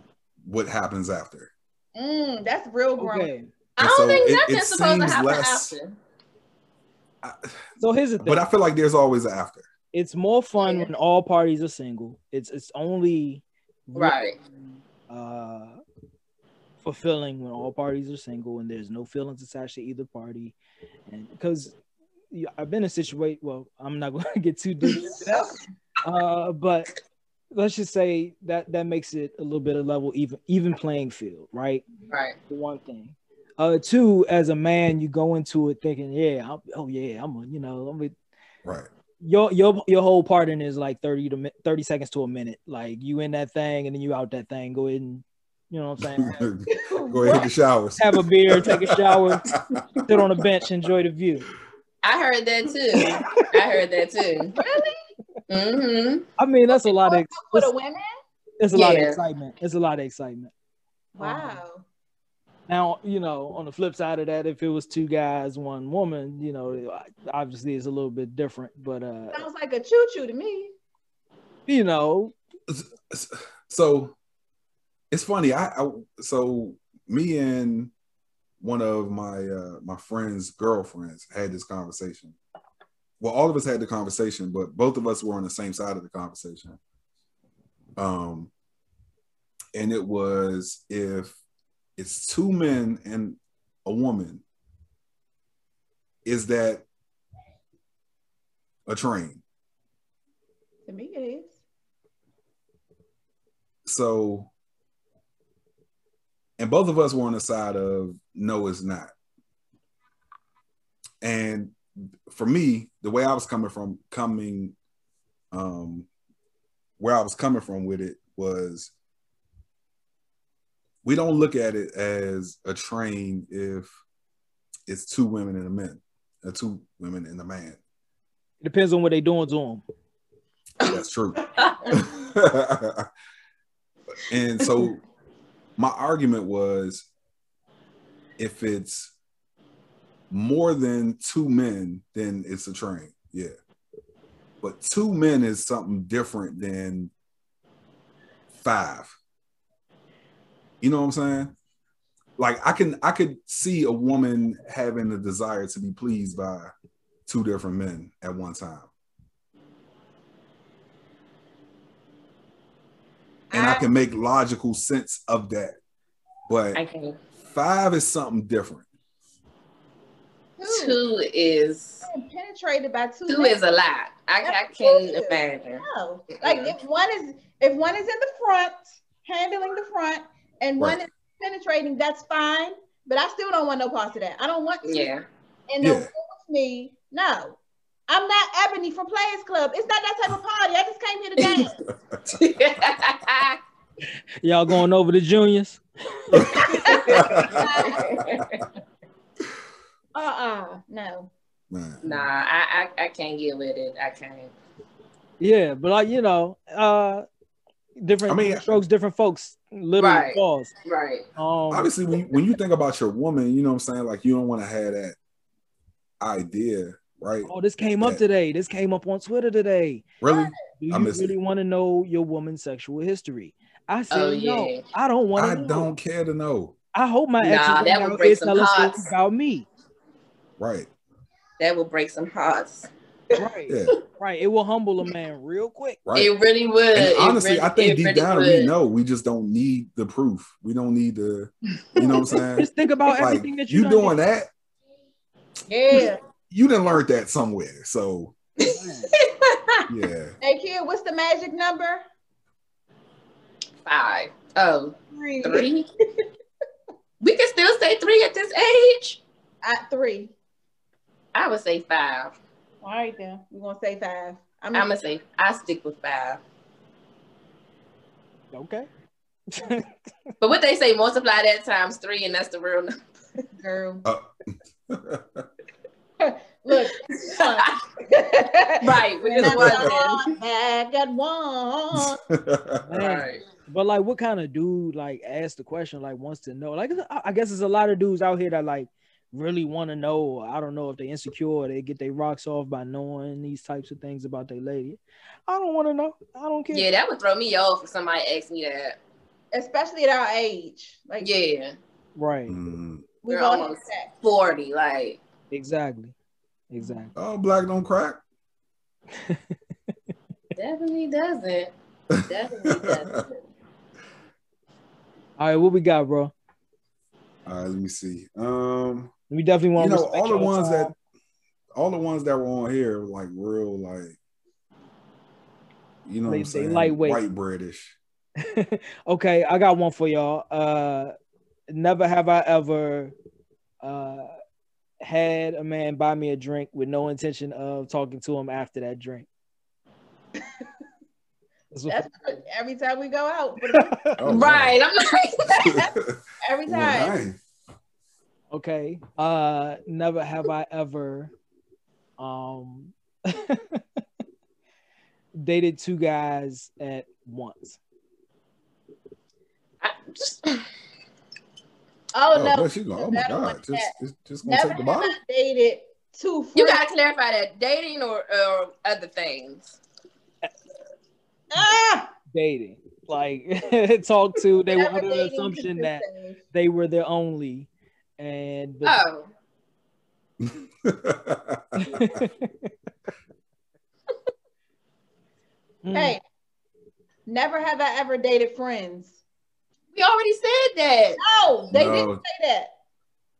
what happens after. Mm, that's real grown. Okay. I And don't so think it- nothing's it supposed to seems happen less- after. So here's the thing. But I feel like there's always an after. it's more fun Yeah. when all parties are single. It's it's only really, Right. uh, fulfilling when all parties are single and there's no feelings attached to either party. And because yeah, I've been in a situation, well, I'm not going to get too deep into that, uh, but let's just say that that makes it a little bit of level even even playing field, right? Right. For one thing. Uh, two, as a man, you go into it thinking, yeah, I'm, oh yeah, I'm, a, you know, I'm a Right. your your your whole part in is like 30 to mi- 30 seconds to a minute like you in that thing and then you out that thing go ahead and you know what i'm saying Go ahead, hit the showers. have a beer take a shower sit on a bench enjoy the view I heard that too. I heard that too. Really? Mm-hmm. i mean that's a lot of For it's, the women? it's a lot of Yeah. excitement it's a lot of excitement Wow. now you know on the flip side of that if it was two guys one woman you know obviously it's a little bit different but uh Sounds like a choo choo to me. you know so it's funny. I, I so me and one of my uh, my friends' girlfriends had this conversation. Well, all of us had the conversation, but both of us were on the same side of the conversation. Um, and it was if it's two men and a woman, is that a train? To me, it is. so and both of us were on the side of no it's not and for me the way i was coming from coming um where i was coming from with it was we don't look at it as a train if it's two women and a man or two women and a man it depends on what they doing to them that's true and so my argument was if it's more than two men, then it's a train. Yeah. But two men is something different than five. You know what I'm saying? Like I can I could see a woman having a desire to be pleased by two different men at one time. and I, I- can make logical sense of that. But I can. five is something different. Two. Two is I'm Penetrated by two. two is a lot. I, I can imagine. No. Like if one is if one is in the front, handling the front, and one Right. is penetrating, that's fine. But I still don't want no parts of that. I don't want to. Yeah. And the Yeah. with me, no. I'm not Ebony from Players Club. It's not that type of party. I just came here to dance. y'all going over to juniors uh-uh. No. Man. nah, I, I I can't get with it. I can't. Yeah, but like you know, uh, different I mean- strokes, different folks. Literally, Right. pause. Right. Um, Obviously, when you, when you think about your woman, you know what I'm saying? Like, you don't want to have that idea, right? oh, this came up Yeah. today. This came up on Twitter today. Really? Do you I missed really want to know your woman's sexual history? I said Oh, yeah. no. I don't want I to. know. don't care to know. I hope my ex Nah, is that not would out break here some telling hearts. stories about me. Right. That will break some hearts. Right, Yeah. right. It will humble a man real quick. Right. It really would. and It honestly, really- I think it deep really down would. we know we just don't need the proof. We don't need the, you know what I'm saying? Just think about Like, everything that you you done doing did. that, Yeah. you didn't learn that somewhere. So, yeah. Hey kid, what's the magic number? Five. Oh, Three. three. we can still say three at this age. I- Uh, three. I would say five. All right then. We're gonna say five. I'm, I'm gonna say I stick with five. Okay. But what they say, multiply that times three, and that's the real number. girl. Look, right. We just That's was all I got one. Man. But like, what kind of dude like asked the question? Like, wants to know? Like, I I guess there's a lot of dudes out here that like really want to know. Or I don't know if they insecure. Or they get their rocks off by knowing these types of things about their lady. I don't want to know. I don't care. Yeah, that would throw me off if somebody asked me that. especially at our age. Like Yeah, Right. Mm. we've They're all had almost- that. forty. Like Exactly. Exactly. Oh, black don't crack. definitely doesn't. Definitely doesn't. All right, what we got, bro? All right, let me see. Um, We definitely you want know, all the ones that, all the ones that were on here, were like real, like, you know, what They- they I'm saying, lightweight. white breadish. that. okay, I got one for y'all. Uh, never have I ever uh had a man buy me a drink with no intention of talking to him after that drink. That's what- That's what- every time we go out. Oh, Right. I'm like, wow. Every Well, time. dang. okay. Uh, never have I ever um dated two guys at once. I just, Oh, Oh, no. bless you. Oh my Never God. want Just, that. just, just gonna Never take the have bottle. I dated two friends. you gotta clarify that dating or, or other things. ah! dating. Like talk to, they were Never under the dating assumption two that friends. they were their only, and but, Oh, Mm, Hey, never have I ever dated friends. we already said that. No, they No. didn't say that.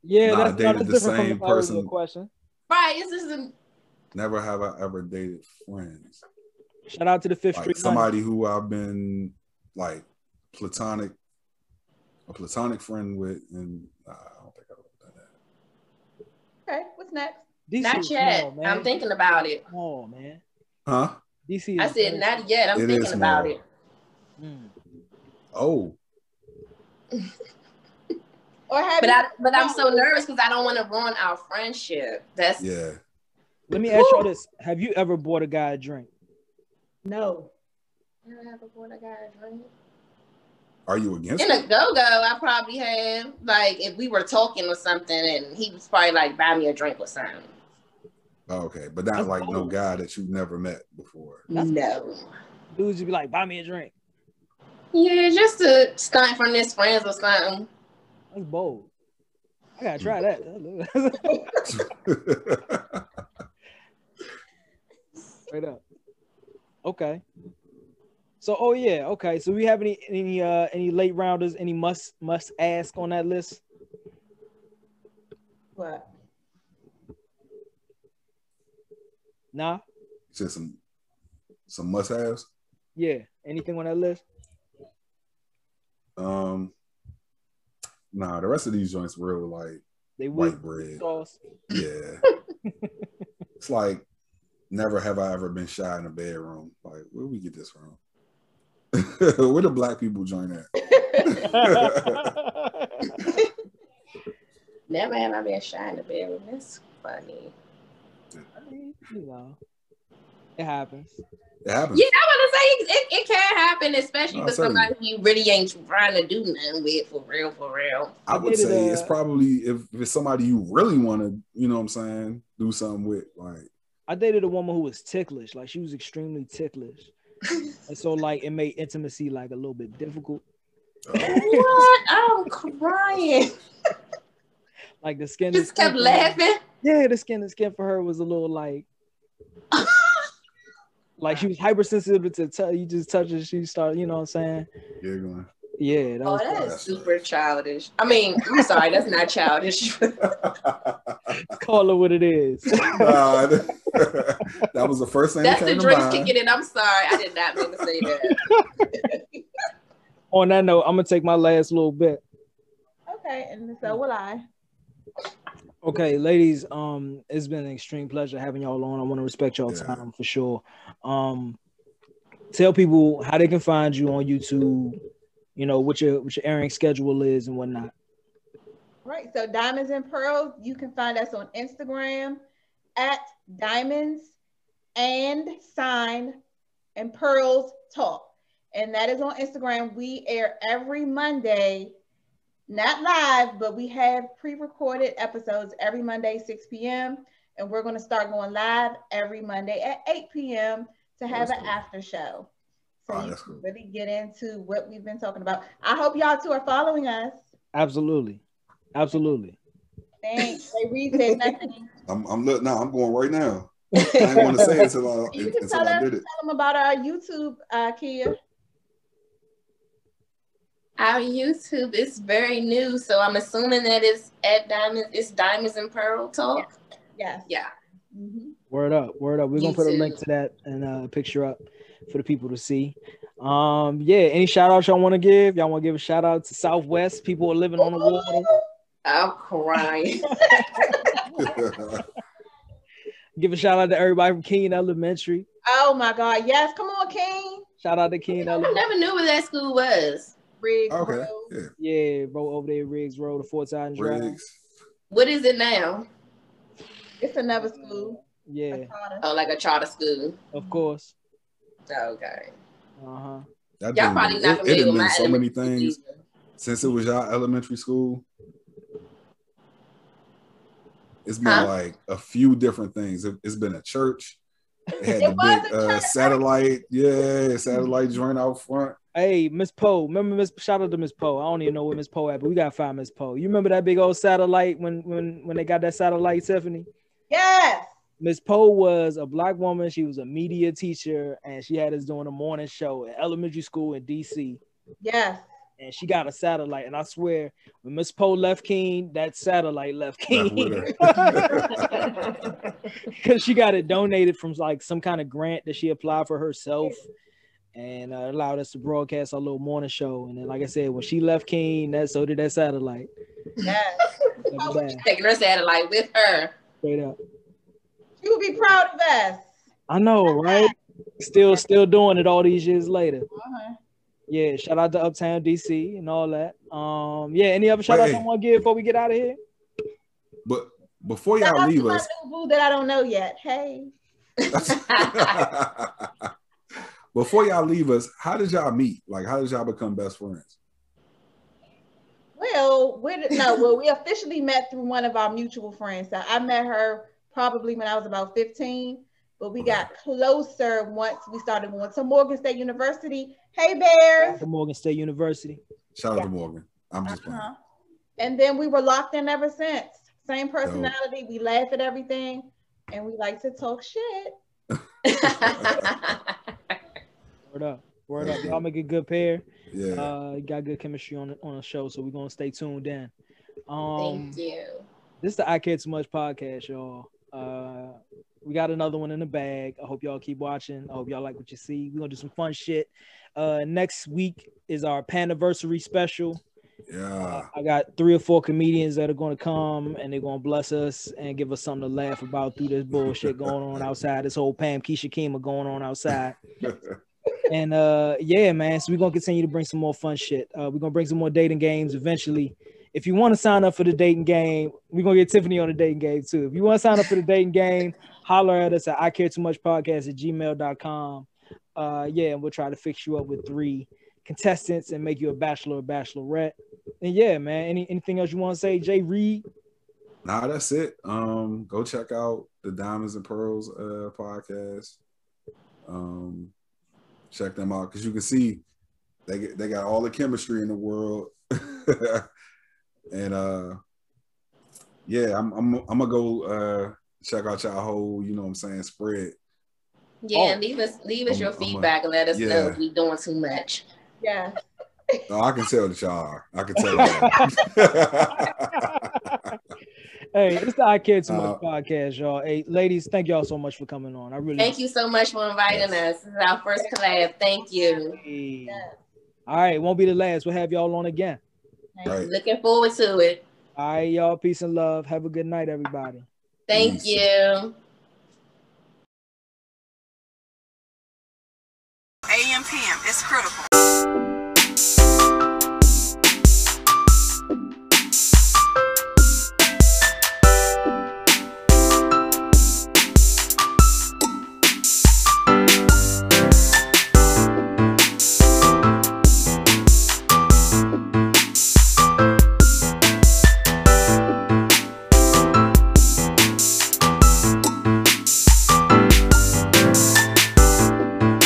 yeah, Nah, that's, no, dated that's the different same from the original person. question. Right. This isn't. Never have I ever dated friends. Shout out to the Fifth Like Street somebody who I've been like platonic, a platonic friend with, and nah, I don't think I've ever done that. Okay, what's next? Money. DC Not is yet. small, man. I'm thinking about it. Small, man. Huh? DC. I is said very- not yet. I'm It is thinking about small. it. Mm. Oh, Or have But you I but I'm so nervous because I don't want to ruin our friendship. That's yeah. Let me ask y'all this: Have you ever bought a guy a drink? no. Never have a boy that got a drink. Are you against In it? a go go, I probably have like if we were talking or something, and he was probably like buy me a drink or something. Oh, okay, but not That's like no bold. guy that you've never met before. no. Dudes would be like, "Buy me a drink." Yeah, just to stunt from this friends or something. That's bold. I gotta try that. Straight up. Okay. So oh yeah, okay. So we have any any uh any late rounders, any must must ask on that list? But Nah? Just some some must haves. Yeah. Anything on that list? Um, nah, the rest of these joints real like They would white bread. sauce. Yeah. it's like never have I ever been shy in a bedroom. Like, where we get this from? where the black people join at? Never have I been shy in the bedroom. That's funny. I mean, you know. It happens. It happens. Yeah, I want to say it, it can happen, especially No, with certainly. somebody you really ain't trying to do nothing with for real, for real. I would They did, say uh, it's probably if, if it's somebody you really want to, you know what I'm saying, do something with. Like, I dated a woman who was ticklish, like she was extremely ticklish. and so like it made intimacy like a little bit difficult. uh, what? I'm crying. Like the skin Just kept laughing. Yeah, the skin the skin for her was a little like like she was hypersensitive to touch. You just touch her, she started. You know what I'm saying? giggling. Yeah, that Oh, was that that's is super childish. I mean, I'm sorry, that's not childish. call it what it is. Nah, that was the first thing that's that the came to drinks mind. kicking in. I'm sorry, I did not mean to say that. On that note, I'm gonna take my last little bit. okay, and so Hmm. will I. Okay, ladies, um, it's been an extreme pleasure having y'all on. I want to respect y'all Yeah. time for sure. Um, tell people how they can find you on YouTube. You know what your what your airing schedule is and whatnot. Right. So Diamonds and Pearls, you can find us on Instagram at Diamonds and Sign and Pearls Talk. And that is on Instagram. We air every Monday, not live, but we have pre-recorded episodes every Monday, 6 p.m. And we're going to start going live every Monday at 8 p.m. to have an Awesome. after show. so Oh, you that's can cool. really get into what we've been talking about. I hope y'all two are following us. Absolutely. Absolutely. Thanks. They read said nothing. I'm, I'm look now. I'm going right now. I didn't want to say it until I, You can until tell I us- did it. Tell them about our YouTube, uh, Kia. Our YouTube is very new, so I'm assuming that it's at Diamonds. It's Diamonds and Pearl Talk. Yes. Yeah. Mhm. Word up, word up. We're gonna put a link YouTube. to that and uh, a picture up for the people to see. Um, yeah, any shout outs y'all want to give? Y'all want to give a shout out to Southwest people who are living on the water. I'm crying. Give a shout out to everybody from King Elementary. Oh my God. Yes. Come on, King. Shout out to King I Elementary. never knew where that school was. Rick. okay. Rose. Yeah. Yeah, bro, over there, Riggs Road, the Fort Titan Drive. Riggs. What is it now? It's another school. Yeah, Akata. Oh, like a charter school. of course. Okay. Uh huh. That Y'all thing- probably not it, familiar it with done been my so many elementary things either. since it was y'all elementary school. It's been Huh? like a few different things. It, has been a church. It had It the was big a uh, church. satellite, yeah, satellite joint out front. Hey, Miss Poe, remember Miss? Shout out to Miss Poe. I don't even know where Miss Poe at, but we gotta find Miss Poe. You remember that big old satellite when when when they got that satellite, Tiffany? Yes. Miss Poe was a black woman. She was a media teacher, and she had us doing a morning show at elementary school in D.C. Yes. And she got a satellite, and I swear, when Miss Poe left King, that satellite left Left with King her. because she got it donated from like some kind of grant that she applied for herself, and uh, allowed us to broadcast our little morning show. And then, like I said, when she left King, that so did that satellite. Yes. That was bad. Taking her satellite with her. Straight up, She would be proud of us. I know, right? Still, still doing it all these years later. Uh-huh. Yeah, shout out to Uptown DC and all that. Um, yeah, any other shout outs Wait. you want to give before we get out of here? but before Shout y'all out to leave my us, new boo that I don't know yet. Hey. before y'all leave us, how did y'all meet? Like, how did y'all become best friends? Well, we did- no, well, we officially met through one of our mutual friends. So I met her probably when I was about 15, but we got closer once we started going to Morgan State University. Hey, Bears. From Morgan State University. Shout out to Morgan. I'm just playing. Uh-huh. And then we were locked in ever since. Same personality. We laugh at everything and we like to talk shit. Word up, word up. Y'all make a good pair. Yeah. Uh, got good chemistry on the, on the show, so we're gonna stay tuned in. Um, Thank you. this is the I Care Too Much podcast, y'all. Uh, we got another one in the bag. I hope y'all keep watching. I hope y'all like what you see. We're gonna do some fun shit. Uh, next week is our Paniversary special. yeah. I got three or four comedians that are going to come and they're going to bless us and give us something to laugh about through this bullshit going on outside. This whole Pam Keisha Kima going on outside. And uh, yeah, man. So we're going to continue to bring some more fun shit. Uh, we're going to bring some more dating games eventually. If you want to sign up for the dating game, we're going to get Tiffany on the dating game too. If you want to sign up for the dating game, holler at us at I care too much podcast at gmail.com. Uh, yeah, and we'll try to fix you up with three contestants and make you a bachelor or bachelorette. And yeah, man. Any anything else you want to say, Jay Reed? Nah, that's it. Um, go check out the Diamonds and Pearls uh podcast. Um, check them out because you can see they get, they got all the chemistry in the world. and uh yeah, I'm I'm I'm gonna go uh check out y'all whole, you know what I'm saying, spread. Yeah, leave us leave us Oh, I'm- your I'm a- feedback and let us know yeah. if we're doing too much. Yeah. Oh, I can tell that y'all are. I can tell that. Hey, it's the I Care Too Uh, Much podcast, y'all. Hey, ladies, thank y'all so much for coming on. I really Thank you so much for inviting Yes. us. This is our first collab. Thank you. Hey. Yes. All right, won't be the last. We'll have y'all on again. right. Looking forward to it. All right, y'all. Peace and love. Have a good night, everybody. Thank Peace. you. AM, PM, it's critical.